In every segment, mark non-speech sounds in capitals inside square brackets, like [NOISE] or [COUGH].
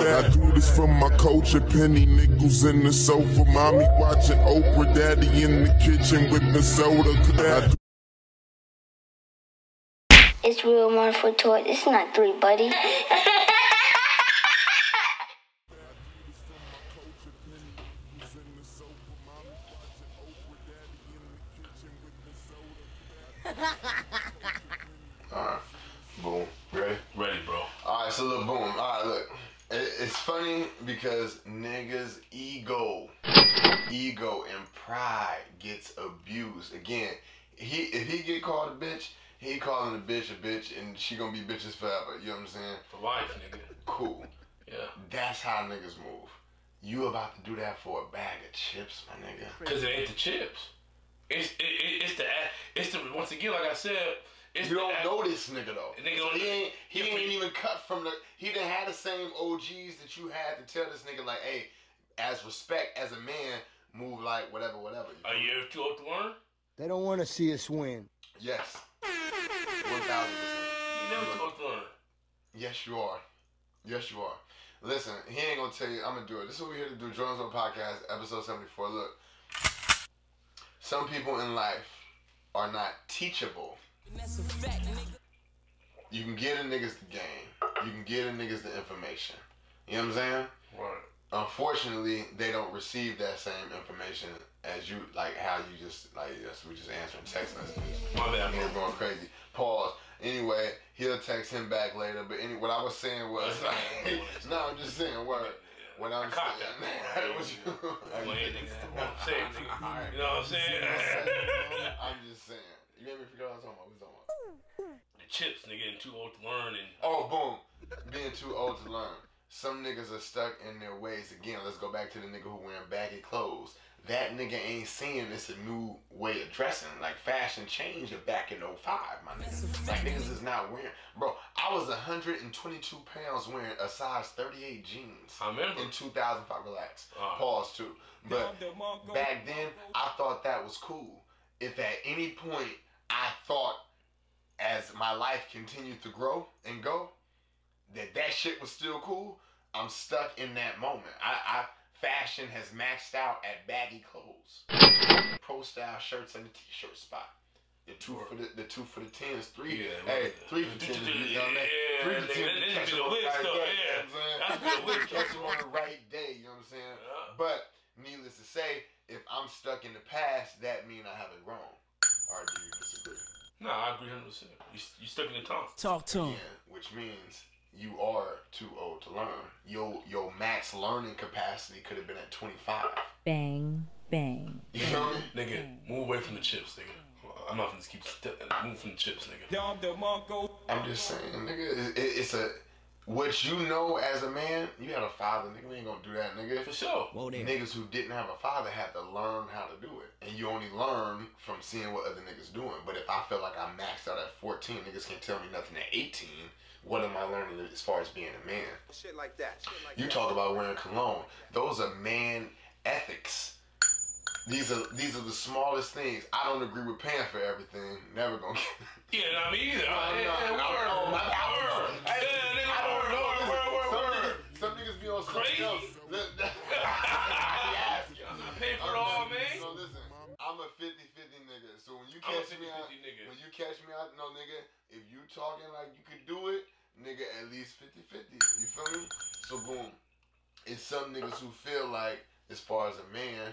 I do this for my culture. Penny nickels in the sofa. Mommy watching Oprah. Daddy in the kitchen with the soda. I do- It's real mindful toy. It's not three, buddy. Boom. Ready? Ready, bro. All right, so look, boom. All right, look. It, it's funny because niggas' ego, ego and pride gets abused. Again, he if he get called a bitch, he calling the bitch a bitch, and she gonna be bitches forever. You know what I'm saying? For life, nigga. Cool. Yeah. That's how niggas move. You about to do that for a bag of chips, my nigga. Cause it ain't the chips. It's it, it, it's the act- it's the once again like I said. [LAUGHS] It's You the don't act- know this nigga though. Nigga So don't- he ain't he Yeah, ain't but- even cut from the he didn't have the same OGs that you had to tell this nigga like, hey, as respect as a man, move like whatever, whatever. You Are feel me? you ever too old to learn? They don't want to see us win. Yes. One thousand percent. You never too old to learn. Yes you are. Yes you are. Listen, he ain't gonna tell you I'm gonna do it. This is what we're here to do, Jones on Podcast, episode seventy four. Look. Some people in life are not teachable. You can get a niggas the game. You can get a niggas the information. You know what I'm saying? Right. unfortunately they don't receive that same information as you like how you just like yes we just answering text messages My bad, and we're bro. going crazy pause anyway he'll text him back later but any what I was saying was [LAUGHS] no I'm just saying word what I'm Caught saying [LAUGHS] that. what [LAUGHS] you Lame, nigga. What I'm saying, nigga. You know what I'm saying? I'm just saying you made me forget what I was talking about what was I talking about [LAUGHS] the chips, nigga, and too old to learn. And Oh, boom. Being too old to learn. Some niggas are stuck in their ways. Again, let's go back to the nigga who wearing baggy clothes. That nigga ain't seeing it's a new way of dressing. Like fashion changed back in 05, my nigga. Like niggas is not wearing. Bro, I was 122 pounds wearing a size 38 jeans I remember. in 2005. Relax. Uh. Pause too. But back then, I thought that was cool. If at any point I thought, as my life continued to grow and go, that that shit was still cool, I'm stuck in that moment. I, I fashion has maxed out at baggy clothes, pro style shirts and the t-shirt spot. The two for the, the two for the tens, three. Yeah, hey, right. three for ten. You know what I mean? Yeah, Three nigga, for ten. that- catch that'd be you the on lit right stuff, day, you yeah. know what I'm saying? That's the lit catch you on the right day. You know what I'm saying? Yeah. But needless to say, if I'm stuck in the past, that mean I haven't grown. Or do you disagree? Nah, I agree 100. percent You you stuck in the time. Talk to him. Yeah, which means you are too old to learn. Your your max learning capacity could have been at 25. Bang, bang. You feel me? Nigga, move away from the chips, nigga. I'm not gonna just keep st- move from the chips, nigga. I'm just saying, nigga, it, it- it's a what you know as a man. You had a father, nigga. We ain't gonna do that, nigga. For sure. Whoa there. Niggas who didn't have a father had to learn how to do it, and you only learn from seeing what other niggas doing. But if I feel like I maxed out at 14, niggas can't tell me nothing at 18. What am I learning as far as being a man? Shit like that. You talk about wearing cologne. Those are man ethics. These are these are the smallest things. I don't agree with paying for everything. Never gonna. Yeah, not me either. No, Yeah, no, yeah, no, word, no, my- word. I- Yeah, [LAUGHS] nigga, I don't word, know. word, Listen, word, some word. niggas- Some niggas be on something Crazy. else. [LAUGHS] Li- I be asking. I'm not paying for it all, man. So listen, I'm a 50-50 nigga. So when you I'm a catch me out, 50-50 nigga. when you catch me out, no nigga, if you talking like you could do it, nigga, at least 50-50. You feel me? So boom. It's some niggas who feel like, as far as a man,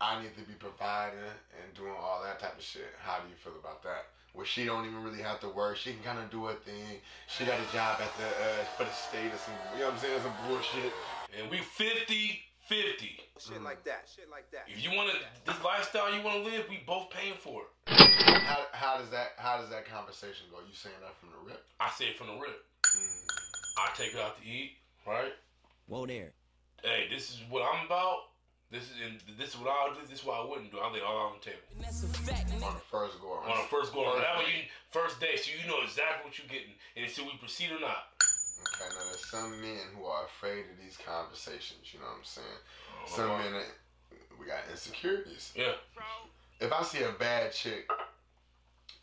I need to be providing and doing all that type of shit. How do you feel about that? Where she don't even really have to work. She can kind of do her thing. She got a job at the uh, for the state or some, you know what I'm saying? Some bullshit. And we 50 50. Shit like that. Shit like that. If you want to, this lifestyle you want to live, we both paying for it. How, how does that how does that conversation go? You saying that from the rip? I say it from the rip. Mm. I take her out to eat, right? Whoa there. Hey, this is what I'm about. This is and this is what I'll do. This is what I wouldn't do. I lay all out on the table. on the first go around. On the first go around. That way, Okay, you first day, so you know exactly what you're getting, and see if we proceed or not. now there's some men who are afraid of these conversations. You know what I'm saying? Oh, Some men, that- we got insecurities. Yeah. If I see a bad chick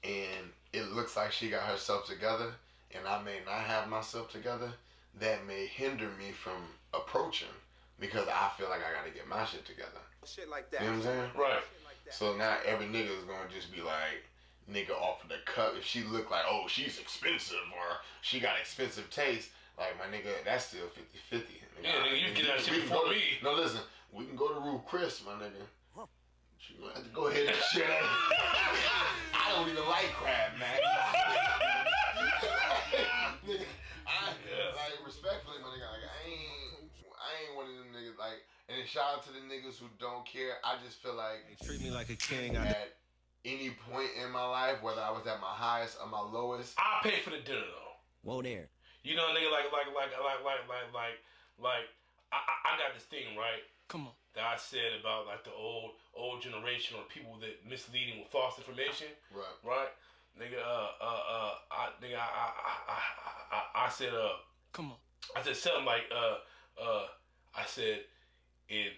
and it looks like she got herself together, and I may not have myself together, that may hinder me from a approaching because I feel like I gotta get my shit together. Shit like You know what I'm that. saying? Right. So now every nigga is gonna just be like, nigga off of the cup. If she look like, oh, she's expensive or she got expensive taste, like my nigga, that's still 50 50. Yeah, nigga, you get that shit before me. No, listen, we can go to Rue Chris, my nigga. She gonna have to go ahead and shit out. I don't even like crab, man. [LAUGHS] Nigga, I, like respectfully, my nigga, like I ain't, I ain't one of them niggas. Like, and shout out to the niggas who don't care. I just feel like Treat me like a king. I at any point in my life, whether I was at my highest or my lowest. I pay for the dinner though. whoa there. You know, nigga, like, like, like, like, like, like, like, like, I, I I got this thing right Come on. that I said about like the old, old generation or people that misleading with false information, Right. right? Nigga, uh, uh, uh, I, nigga, I, I, I, I- I, I said, uh, Come on. I said something like, uh, uh, I said, in,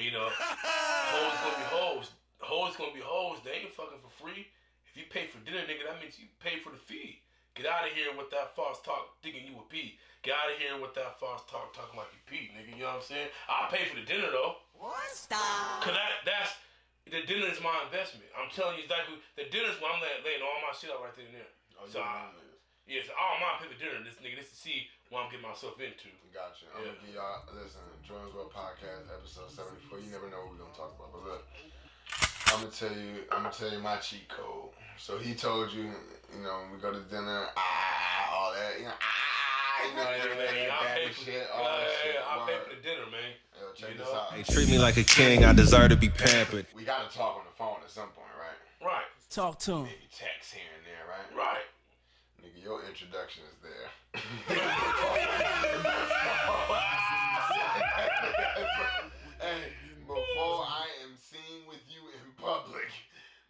you know, hoes gonna be hoes, hoes gonna be hoes. They ain't fucking for free. If you pay for dinner, nigga, that means you pay for the fee. Get out of here with that false talk, thinking you a pee. Get out of here with that false talk, talking like you pee, nigga. You know what I'm saying? I pay for the dinner though. Stop. Cause that, that's the dinner is my investment. I'm telling you exactly. The dinner's when I'm laying, laying all my shit out right there and there. Oh, you so I, know this. Yes, all my pivot dinner. This nigga, this to see what I'm getting myself into. Gotcha. I'm gonna give y'all listen, Jordan's World Podcast, episode seventy four. You never know what we're gonna talk about. But look. I'm gonna tell you I'm gonna tell you my cheat code. So he told you, you know, we go to dinner, ah, ah, ah, all that, you know, ah, ah, ah, you know, everything, [LAUGHS] Yeah, I that pay bad for shit, all that shit. I pay word. for the dinner, man. Yo, check you this know? out. Hey, treat me like a king. I deserve to be pampered. We gotta talk on the phone at some point, right? Right, Talk to him. Maybe text here and there, right? right. Nigga, your introduction is there. [LAUGHS] hey, before I am seen with you in public,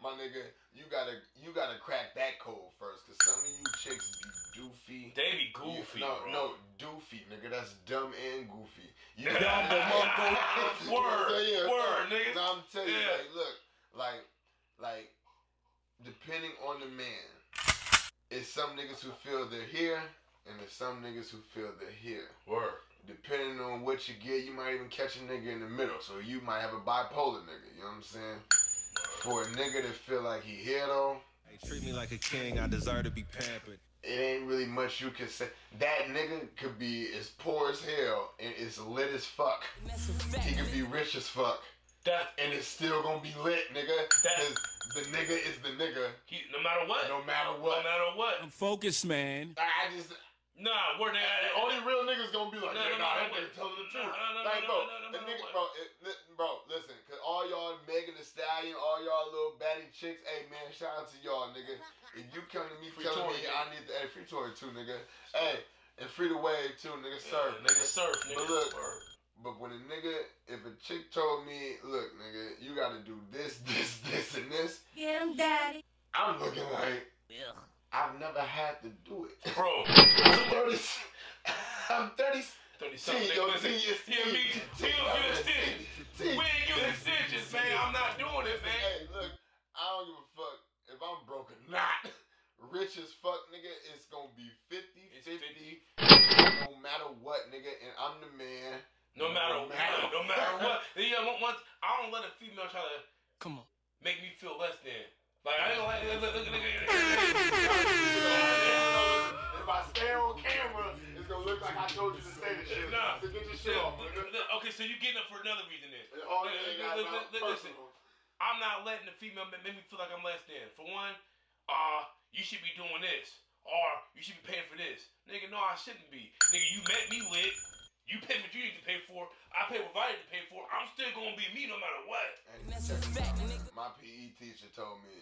my nigga, you gotta you gotta crack that code first, cause some of you chicks be doofy. They be goofy, no, bro. no, doofy, nigga. That's dumb and goofy. You Dumb and You mumbo- know what I'm word, saying? word, no, nigga. No, I'm telling you, Yeah. like, look, like, like, depending on the man, it's some niggas who feel they're here, and there's some niggas who feel they're here. Word. Depending on what you get, you might even catch a nigga in the middle. So you might have a bipolar nigga. You know what I'm saying? For a nigga to feel like he here though, Hey, treat me like a king. I deserve to be pampered. it ain't really much you can say. That nigga could be as poor as hell and it's lit as fuck. He could be rich as fuck That and it's still gonna be lit, nigga. 'Cause the nigga is the nigga, he, no matter what, no matter no what. matter what. focused, man. I I just Nah, word. That, The only real niggas gonna be like, No, yeah, no, nah, no, that no, nigga no, telling the no, truth. no, no, Like, no, bro, no, no, the no, nigga, no, bro, it, li- bro, listen, cause all y'all Megan Thee Stallion, all y'all little baddie chicks, hey man, shout out to y'all, nigga. If you come to me Free telling me Tory, nigga. I need the, hey, free Tory too, nigga. Hey, and free the wave too, nigga, sir, nigga. Yeah, nigga, surf, nigga. But look, Word. but when a nigga, if a chick told me, look, nigga, you gotta do this, [LAUGHS] this, this, and this, Get him, daddy. I'm looking like, I've never had to do it. [LAUGHS] bro. I'm 30, I'm 30, Thirty something. T, nigga, yo, listen. T is Yeah, me. T don't give a stitch. We ain't giving stitches, man. I'm not doing it, man. Hey, look, I don't give a fuck if I'm broke or not. [LAUGHS] Rich as fuck, nigga, it's gonna be 50 It's 50, 50. no matter what, nigga, and I'm the man. No matter what, no [LAUGHS] matter what. Yeah, one, one, I don't let a female try to Come on. make me feel less than. Like I ain't gonna like look, look, look, look, look, look. If I stay on camera, it's gonna look like I told you to say this shit. Nah. So get your shit off, nigga. Okay, so you getting up for another reason then? And all that Look, ain't got look, about look, look, listen. personal. I'm not letting the female ma- make me feel like I'm less than. For one, uh, you should be doing this, or you should be paying for this. Nigga, no, I shouldn't be. Nigga, you met me lit. You pay what you need to pay for. I pay what I need to pay for. I'm still gonna be me no matter what. And check this out. My PE teacher told me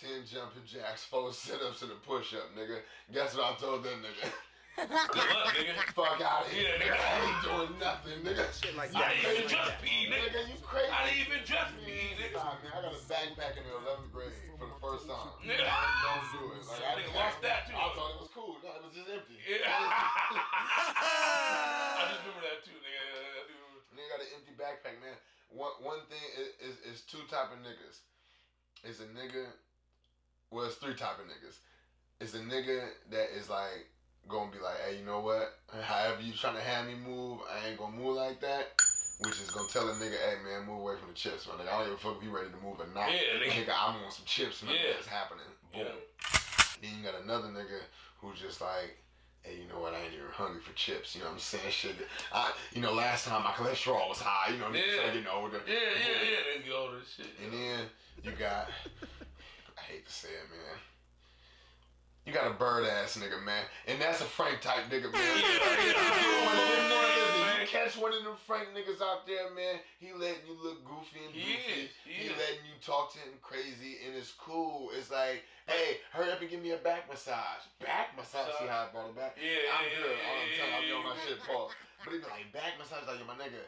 10 jumping jacks, 4 sit ups, and a push up, nigga. Guess what I told that nigga? [LAUGHS] Good luck, nigga. Fuck out of here, Yeah, nigga. nigga. I ain't doing nothing, nigga. Shit like I that. didn't even dress me, nigga. Nigga, you crazy. I didn't even dress me, nigga. Nah, man, I got a backpack in the 11th grade for the first time. Nigga. Don't do it. Like, I Nigga didn't lost that, too. I thought it was cool. No, it was just empty. Yeah. [LAUGHS] [LAUGHS] I just remember that too, nigga. I do remember- Nigga got an empty backpack, man. One one thing is, is, is two type of niggas. It's a nigga. Well, it's three type of niggas. It's a nigga that is like gonna be like, hey, you know what? However you trying to have me move, I ain't gonna move like that. Which is gonna tell a nigga, hey man, move away from the chips, man. Nigga, I don't even fuck if you ready to move or not. Yeah, nigga. nigga, I'm on some chips, man. Yeah. That's happening. Boom. Yeah. Then you got another nigga who just like, hey, you know what? I ain't even hungry for chips. You know what I'm saying? [LAUGHS] Shit. I, you know, last time my cholesterol was high. You know, niggas Yeah. start getting older. Yeah, yeah, yeah. They get older and shit. [LAUGHS] And then you got, [LAUGHS] I hate to say it, man. You got a bird ass nigga, man, and that's a Frank type nigga, man. [LAUGHS] You catch one of them Frank niggas out there, man. He letting you look goofy and He goofy. is, he He is. letting you talk to him crazy, and it's cool. It's like, hey, hurry up and give me a back massage. Back massage. See how I brought it back? Yeah, I'm yeah, good. yeah, All the time, yeah, I'll be on yeah, my shit, Paul. But he be like, back massage, like, yo, my nigga.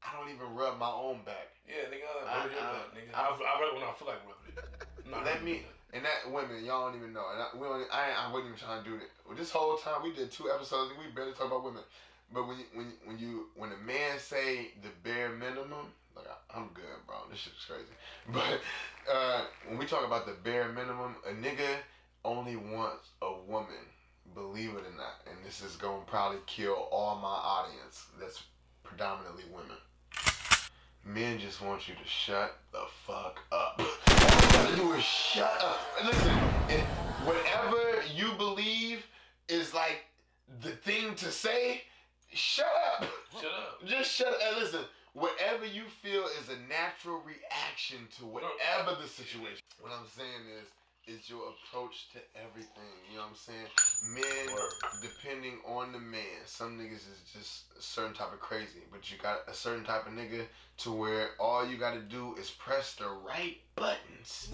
I don't even rub my own back. Yeah, nigga. I, I- I, I- nigga. I- I, I rub it when I feel like [LAUGHS] rubbing it. I'm not Let rubbing me it. and that women, y'all don't even know. And I, we don't, I, ain't- I wasn't even trying to do it. Well, this whole time we did two episodes and we barely talk about women. But when you, when you, when you when a man say the bare minimum, like I, I'm good, bro. This shit's crazy. [LAUGHS] But uh, when we talk about the bare minimum, a nigga only wants a woman. Believe it or not, and this is gonna probably kill all my audience. That's predominantly women. Men just want you to shut the fuck up. [LAUGHS] All you gotta do is shut up. And Listen, it, whatever you believe is like the thing to say, shut up. Shut up. Just shut up. And listen, whatever you feel is a natural reaction to whatever the situation. What I'm saying is, is your approach to everything. You know what I'm saying? Men, depending on the man, some niggas is just a certain type of crazy, but you got a certain type of nigga to where all you gotta do is press the right buttons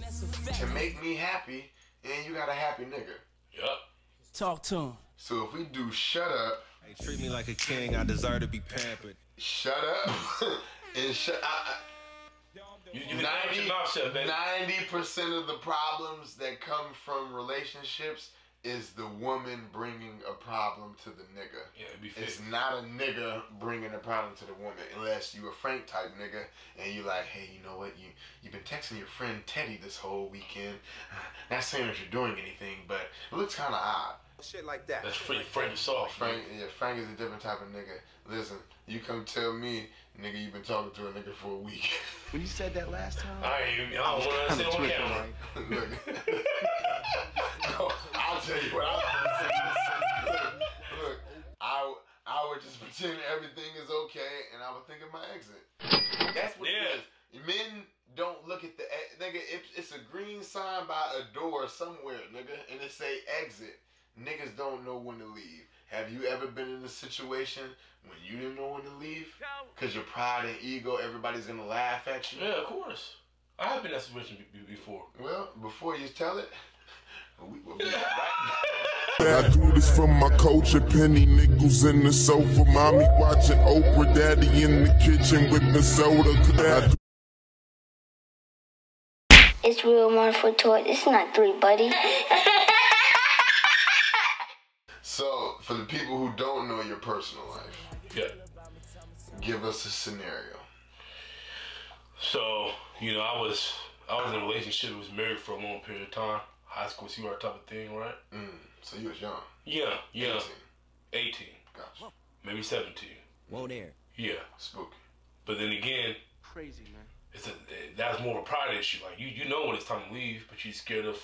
to make me happy, and you got a happy nigga. Yup. Talk to him. So if we do shut up, Hey, treat me like a king. I deserve to be pampered. shut up, [LAUGHS] and shut. I, I, You, you can keep your mouth shut, baby. Ninety percent of the problems that come from relationships is the woman bringing a problem to the nigga. Yeah, it be It's fixed. not a nigga bringing a problem to the woman unless you a Frank type nigga and you like, hey, you know what? You you've been texting your friend Teddy this whole weekend. [SIGHS] Not saying that you're doing anything, but it looks kind of odd. Shit like that. That's free. Frank is soft. Frank, yeah, Frank is a different type of nigga. Listen, you come tell me, nigga, you've been talking to a nigga for a week. [LAUGHS] When you said that last time, I ain't even. I don't want to sit on twitching, camera. right? Look, [LAUGHS] no, I'll tell you what. I was gonna say. Look, I I would just [LAUGHS] pretend everything is okay, and I would think of my exit. That's what Yeah. it is. Men don't look at the e- nigga. It, it's a green sign by a door somewhere, nigga, and it say exit. Niggas don't know when to leave. Have you ever been in a situation when you didn't know when to leave? Cause your pride and ego, everybody's gonna laugh at you. Yeah, of course. I have been in that situation be- be- before. Well, before you tell it, we will be right I do this for my culture, penny nickels in the sofa, mommy watching Oprah, daddy in the kitchen with the soda. I do It's real mindful toy. It's not three, buddy. So, for the people who don't know your personal life, Yeah. give us a scenario. So you know, I was I was in a relationship. Was married for a long period of time. High school sweetheart type of thing, right? Mm, so you was young, Yeah, yeah. 18. Eighteen, Gotcha. maybe seventeen. Whoa there. Yeah. Spooky. But then again, Crazy man. it's a, that's more of a pride issue. Like you, you know when it's time to leave, but you scared of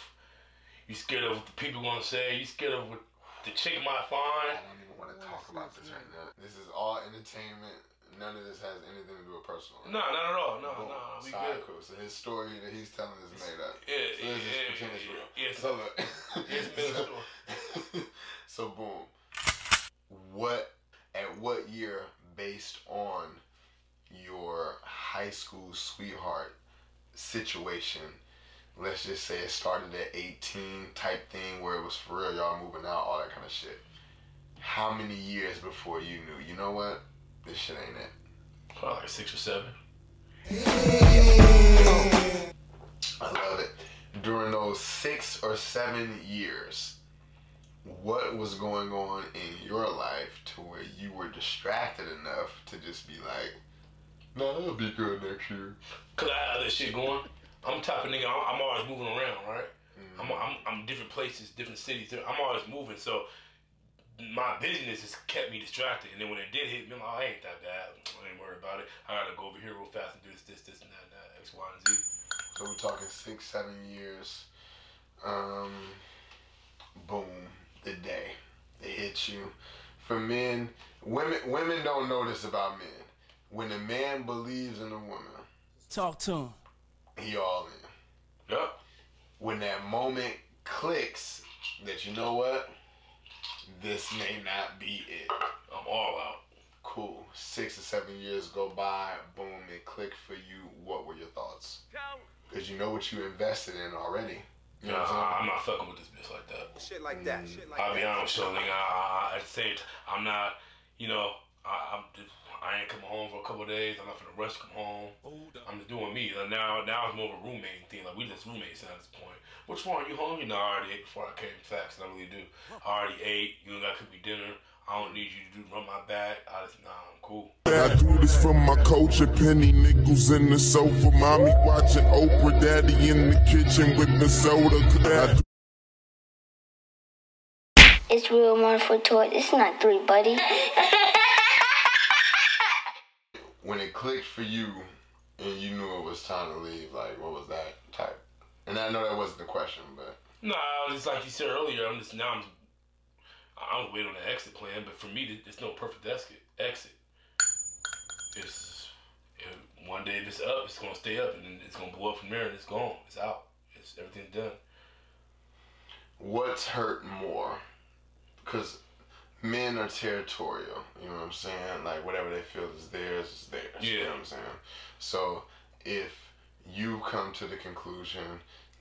you scared of what the people gonna say. You scared of what the chick might I find. don't even want to talk about this right now. This is all entertainment. None of this has anything to do with personal life. No, not at all. No, Boom. no, we Side good. quote. So his story that he's telling is made up. Yeah, so let's yeah, just pretend yeah, yeah. it's real. [LAUGHS] It's so look. so, a so boom. What at what year, based on your high school sweetheart situation? Let's just say it started at 18 type thing where it was for real, y'all moving out, all that kind of shit. How many years before you knew, you know what? This shit ain't it. Probably like six or seven. I love it. During those six or seven years, what was going on in your life to where you were distracted enough to just be like, "No, that'll be good next year." Cause I had other shit going. I'm the type of nigga. I'm, I'm always moving around, right? I'm, I'm I'm different places, different cities. I'm always moving. So my business has kept me distracted. And then when it did hit me, I'm like, oh, I ain't that bad. I ain't worried about it. I gotta go over here real fast and do this, this, this, and that, and that, X, Y, and Z. So we're talking six, seven years. Um, boom, the day it hits you. For men, women, women don't know this about men. When a man believes in a woman, Talk to him. he all in. Yup. When that moment clicks, that you know what, this may not be it. I'm all out. Cool. Six or seven years go by. Boom, it clicked for you. What were your thoughts? Because you know what you invested in already. You know Nah, what I'm saying? I'm not fucking with this bitch like that. Shit like that. Shit like I'll be that. honest, with you, nigga. I, I, I, at the same time, I'm not, you know, I, I'm just, I ain't come home for a couple of days. I'm not finna rush to come home. I'm just doing me. Like now, now it's more of a roommate thing. Like we just roommates now at this point. What's wrong? You hungry? No, I already ate before I came. Facts, and I really do. I already ate. You ain't got to cook me dinner. I don't need you to do run my back. I just, nah, I'm cool. I do this for my culture, penny nickels in the sofa, mommy watching Oprah, daddy in the kitchen with the soda. I do It's real mindful toy. It's not three, buddy. when it clicked for you and you knew it was time to leave, like what was that type? And I know that wasn't the question, but No, it's like you said earlier. I'm just now. I'm, I'm waiting on the exit plan, but for me, th- there's no perfect exit. Exit. It's it, one day if it's up, it's gonna stay up, and then it's gonna blow up from there, and it's gone. It's out. It's everything's done. what's hurt more? Because men are territorial, you know what I'm saying? Like whatever they feel is theirs is theirs. You Yeah. know what I'm saying? So if you come to the conclusion,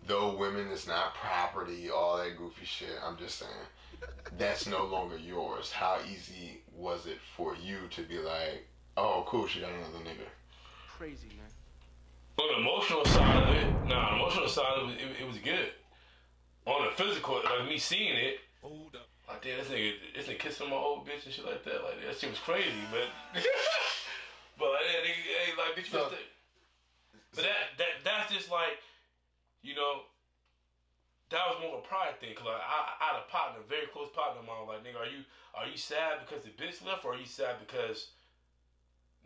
though women is not property, all that goofy shit, I'm just saying, that's no longer yours. How easy was it for you to be like, oh, cool, she got another nigga? Crazy, man. On the emotional side of it, nah, the emotional side of it, it, it was good. On the physical, like me seeing it, like damn, this nigga, this nigga kissing my old bitch and shit like that. Like that shit was crazy, but [LAUGHS] but like that nigga, hey, like bitch, So- so, but that that that's just like, you know, that was more of a pride thing. Cause like I, I had a partner, a very close partner of mine. Like nigga, are you are you sad because the bitch left, or are you sad because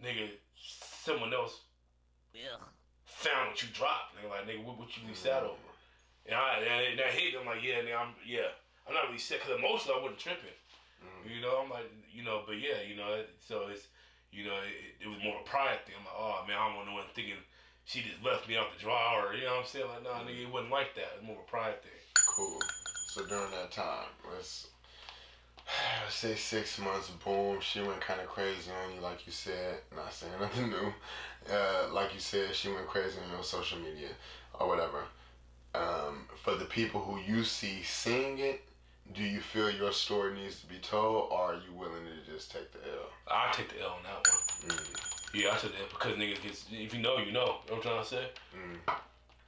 nigga someone else found what you dropped. Nigga, like nigga, what, what you really sad over? And I and it- that hit. me. I'm like, yeah, nigga, I'm yeah, I'm not really sick because emotionally I wasn't tripping. You know, I'm like, you know, but yeah, you know, it- so it's, you know, it, it was more of a pride thing. I'm like, oh man, I don't want no one thinking she just left me out the drawer. You know what I'm saying? Like, nah, nigga, it wasn't like that. It's more of a pride thing. Cool. So during that time, let's [SIGHS] let's say six months, boom, she went kind of crazy on you, like you said. Not saying [LAUGHS] nothing new. Uh, like you said, she went crazy on your social media or whatever. Um, for the people who you see seeing it, do you feel your story needs to be told, or are you willing to just take the L? I take the L on that one. Yeah, I took the L because niggas gets if you know, you know. You know what I'm trying to say?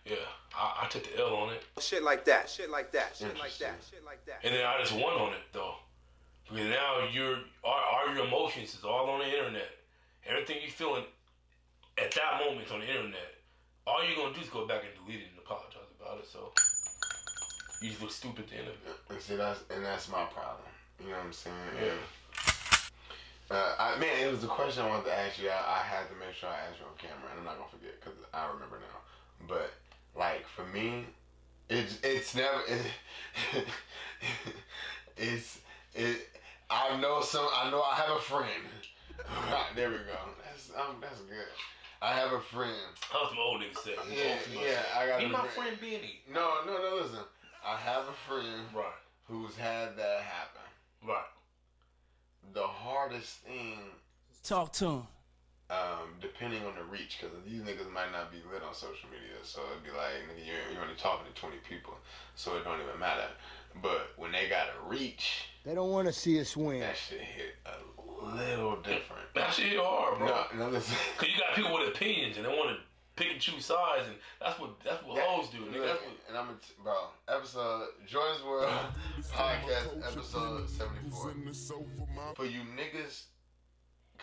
Yeah, I, I took the L on it. Shit like that. Shit like that. Shit like that. Shit like that. And then I just won on it though. Because now your all, all your emotions is all on the internet. Everything you feeling at that moment is on the internet. All you're gonna do is go back and delete it and apologize about it. So you just look stupid at the end of it. And see, that's and that's my problem. You know what I'm saying? And, uh, I, man, it was a question I wanted to ask you. I, I had to make sure I asked you on camera, and I'm not gonna forget because I remember now. But like for me, it's it's never [LAUGHS] it's it. I know some. I know I have a friend. [LAUGHS] Right, there we go. That's um, that's good. I have a friend. That's what my old nigga said. I'm Yeah, going for yeah. I got Be a my friend Benny. No, no, no. Listen, I have a friend Right, who's had that happen. right. The hardest thing, Talk to him. um, depending on the reach, because these niggas might not be lit on social media, so it'd be like, nigga, you're, you're only talking to 20 people, so it don't even matter. But when they got a reach, They don't want to see us win. that shit hit a little different. That shit hit hard, bro. No, no, [LAUGHS] listen. Cause you got people with opinions and they want to pick and choose sides, and that's what that's what hoes do. Nigga. Look, That's what, and I'm a t- bro. Episode Jordan's World [LAUGHS] podcast episode seventy this four. in the sofa, mommy. For you niggas,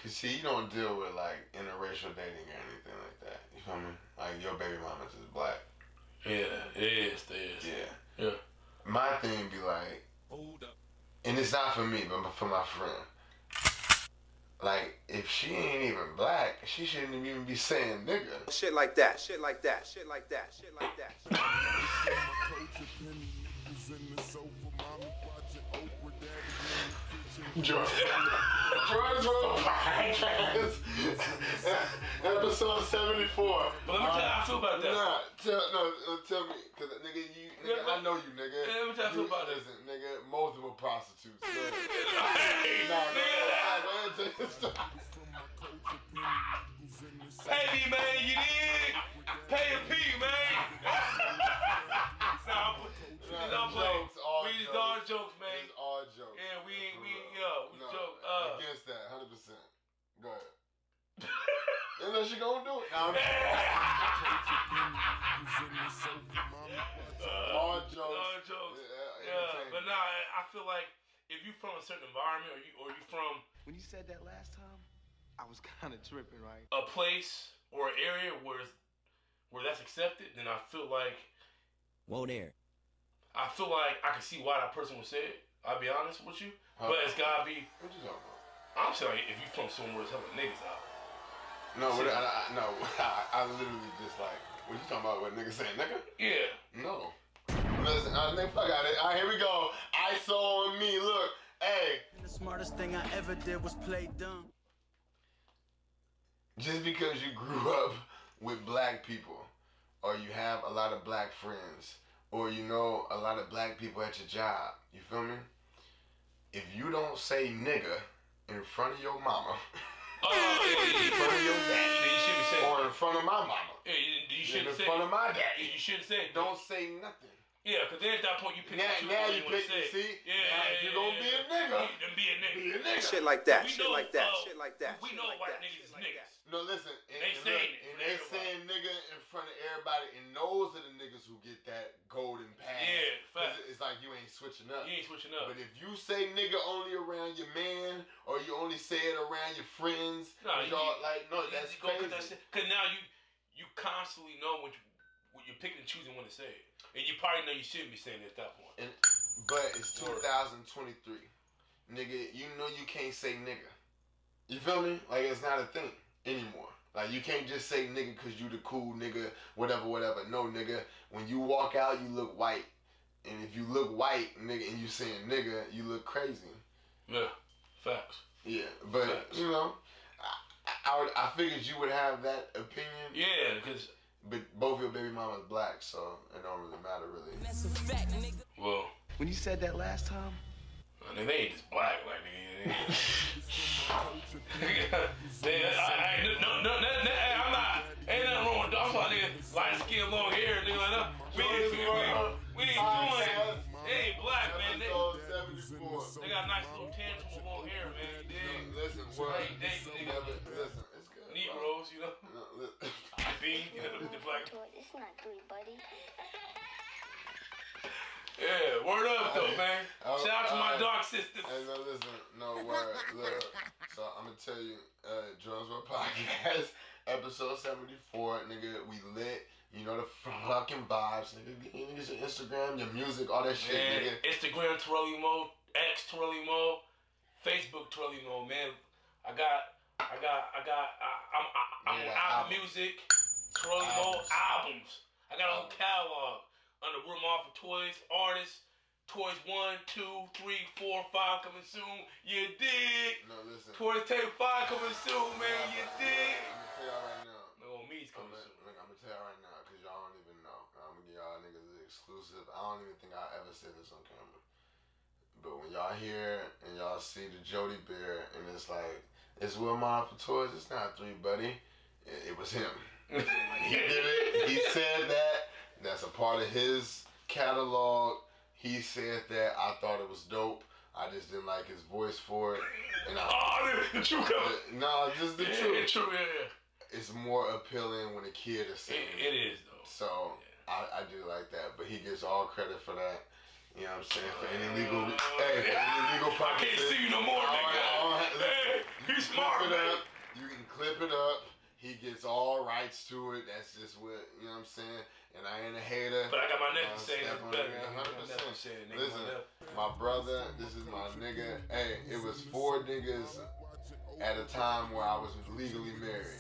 cause see, you don't deal with like interracial dating or anything like that. You feel me? Like your baby mama's is black. yeah, it is, it is. Yeah. Yeah. My thing be like, and it's not for me, but for my friend. Like, if she ain't even black, she shouldn't even be saying nigga. Shit like that. Shit like that. Shit like that. Shit like that. George, George Will Podcast, episode seventy four. But let me tell you how I feel about that. Nah, tell no, uh, tell me, cause uh, nigga, you, nigga, I know you, nigga. Yeah, let me tell you how I feel about that. listen, nigga, multiple prostitutes. [LAUGHS] nigga. Hey, Nah, nah, nigga, nah, nah, tell you stop. pay me, man. You did. Pay a P, man. nah, I'm, nah, I'm playing. jokes, all we just jokes. all jokes, man. It's all jokes. Yeah, we ain't- we ain't- For yo, real. we joke, uh. against that, hundred percent. Go ahead. Unless you gonna do it. Nah, [LAUGHS] I'm- all jokes. all jokes. Yeah, Yeah, entertainment. but nah, I feel like if you from a certain environment or you or you from When you said that last time, I was [LAUGHS] kind of tripping, right? a place or an area where it's, where that's accepted, then I feel like Whoa there. I feel like I can see why that person would say it. I'll be honest with you, Huh. but it's gotta be. What you talking about? I'm saying if you from somewhere that's hella niggas out. No, what, I, I, no, [LAUGHS] I, I literally just like, what you talking about? What nigga saying, nigga? Yeah. No. Listen, uh, nigga, fuck out of it. All right, here we go. ISO on me. Look, hey, The smartest thing I ever did was play dumb. just because you grew [LAUGHS] up with black people, or you have a lot of black friends, or you know a lot of black people at your job, you feel me? If you don't say nigga in front of your mama, [LAUGHS] Oh, yeah, in front of your yeah, daddy, you shouldn't say. or in front of my mama, Yeah, you- you in shouldn't say. front of my You daddy, shouldn't say. don't say nothing. Yeah, because then at that point you pick Now- and choose now what you wanna pick and say. see? Now Yeah, yeah, if you yeah, gonna yeah, be a yeah. nigga, then be a nigga. Be a nigga. Shit like that. We Shit know, like that. uh, Shit like that. We Shit know like white that. niggas is Shit like niggas. No, listen. And, They and saying look, it for and they everybody. saying nigga in front of everybody, and those are the niggas who get that golden pass. Yeah, 'Cause facts. It's like you ain't switching up. You ain't switching up. But if you say nigga only around your man, or you only say it around your friends, Nah, and you- y'all like no, that's you crazy. Because now you you constantly know what, you, what you're picking and choosing when to say it, and you probably know you shouldn't be saying it at that point. and, but it's 2023, nigga. You know you can't say nigga. You feel me? Like it's not a thing anymore. Like you can't just say nigga because you the cool nigga, whatever, whatever. No, nigga. When you walk out, you look white, and if you look white, nigga, and you saying nigga, you look crazy. Yeah, facts. Yeah, but you know, I, I, I, would, I figured you would have that opinion. Yeah, because But both your baby mama's black, so it don't really matter, really. well, When you said that last time, I mean, they ain't just black like [LAUGHS] nigga. [LAUGHS] They- I- I- no, no, no, no, hey, I'm not. Ain't nothing wrong with dogs. I'm talking nigga, light skin, long hair, nigga like that. We ain't, we, ain't- we ain't doing it. They ain't black, man. They, Episode 74. they got nice little tangible long hair, man. You dig? Listen, what? Hey, Dave, uh, Yeah, nigga. but listen, it's good. bro. Negroes, you know. [LAUGHS] No, li- [LAUGHS] Bean, you know, the black. Toy, It's not three, buddy. Yeah, word up though, Alright. man. Shout out to my Alright. dark sisters. Hey, no, listen, no word. Look, so I'm gonna tell you, uh, Drums World [LAUGHS] Podcast, episode 74, nigga, we lit. You know the fucking vibes, nigga. You niggas your Instagram, your music, all that shit, Man, nigga. Instagram Torellimo, X Torellimo, Facebook Torellimo, man. I got, I got, I got, I, I'm, I, I'm You on got Apple albums. Music, Torellimo albums. Albums. I got a whole Albums. catalog under Room Off for Toys, Artists, Toys 1, 2, 3, 4, 5 coming soon. You dig? No, listen. Toys Tape 5 coming soon, man. You I'm gonna dig? tell y'all right now. No, me's I'm coming gonna, soon. look, I'm gonna tell y'all right now, cause y'all don't even know. I'm gonna give y'all niggas the exclusive. I don't even think I ever said this on camera. But when y'all hear and y'all see the Jody Bear, and it's like, it's Will Mom for toys. It's not three, buddy. It, it was [LAUGHS] him. he did it. He said that. That's a part of his catalog. He said that. I thought it was dope. I just didn't like his voice for it. And [LAUGHS] I, Oh, the, the truth coming. no, just the Yeah, truth true, yeah, yeah. it's more appealing when a kid is singing. It, it is though. So I, I do like that, but he gets all credit for that. You know what I'm saying? For Uh, any legal, hey, for any legal I can't purposes, see you no more, I don't- I nigga. don't have- Hey, he's Clip smart, it man. up. You can clip it up. He gets all rights to it. That's just what you know. what I'm saying, and I ain't a hater. But I got my You know what nephew I'm saying saying? it's better. Yeah, nigga. My nephew 100%. saying it, nigga. My Listen, nephew. my brother, this is my nigga. Hey, it was four niggas at a time where I was legally married.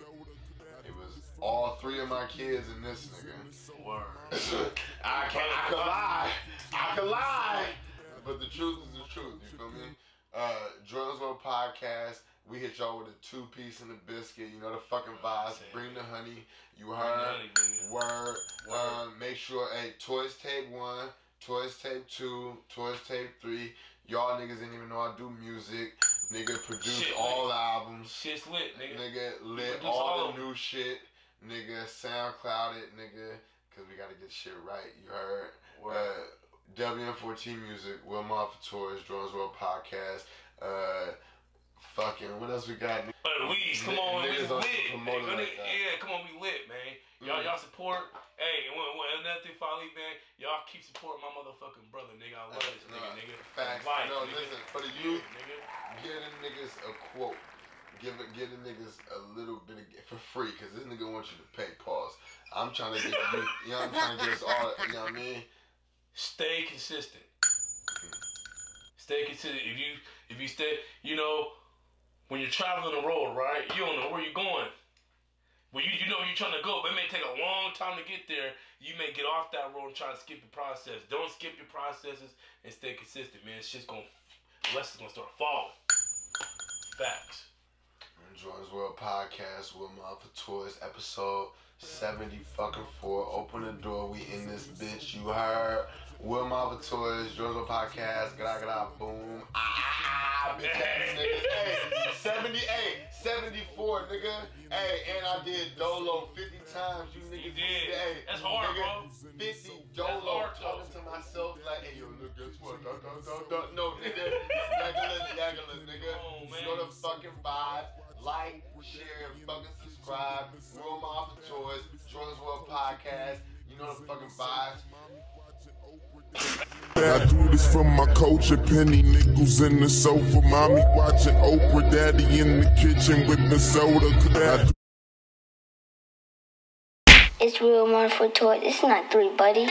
It was all three of my kids and this nigga. Word. [COUGHS] I can I can lie. I can lie. But the truth is the truth, you feel me? Uh Drugs World Podcast. We hit y'all with a two piece and a biscuit. You know the fucking vibes. Bring the honey. You heard. honey, nigga. Word. Um, make sure hey, Toys Tape One, Toys Tape Two, Toys Tape Three. Y'all niggas didn't even know I do music. Nigga produce Shit, all nigga. the albums. Shit's lit, nigga. Nigga, lit Produce all all of the 'em. new shit. Nigga, SoundCloud it, nigga. Cause we gotta get shit right. You heard? Word. Uh, WM14 Music, Will Moth Tours, Drones World Podcast. Uh, fucking, what else we got? But we, N- come on, we niggas lit. don't promote it nigga. like that. yeah, come on, we lit, man. Y'all, Mm. y'all support. Hey, and one, one, another thing, Folly, man. Y'all keep supporting my motherfucking brother, nigga. I love this Nah, nigga, nigga. Uh, facts. Life, No, nigga. listen, for the Yeah, youth, nigga. Give them niggas a quote. Give it, give the niggas a little bit of, for free, cause this nigga wants you to pay. Pause. I'm trying to get you. You know, I'm trying to get us all. You know what I mean? Stay consistent. Stay consistent. If you, if you stay, you know, when you're traveling the road, right? You don't know where you're going. Well, you, you know where you're trying to go, but it may take a long time to get there. You may get off that road and try to skip the process. Don't skip your processes and stay consistent, man. It's just gonna blessings gonna start falling. Facts. Enjoys World Podcast with my for toys episode seventy fucking four. Open the door, we in this bitch. You heard? Will my for toys, Enjoys World Podcast. Gada gada boom. Ah, bitch ass niggas. Hey, 78, 74, nigga. Hey, and I did Dolo fifty times. You niggas, You did. Hey, That's hard, nigga, bro. 50 That's dolo hard, talking to myself like, hey, yo, look, guess what? Dun, dun, dun, dun. No, nigga, regular, regular, nigga. Oh, man. you know the fucking vibe. Like, share, and fucking subscribe. Will Moth and Toys, Jordan's World Podcast. You know the fucking vibes. I do this from my coach and penny nickels in the sofa. Mommy watching Oprah, daddy in the kitchen with the soda. I do It's real mournful toys. It's not three, buddy.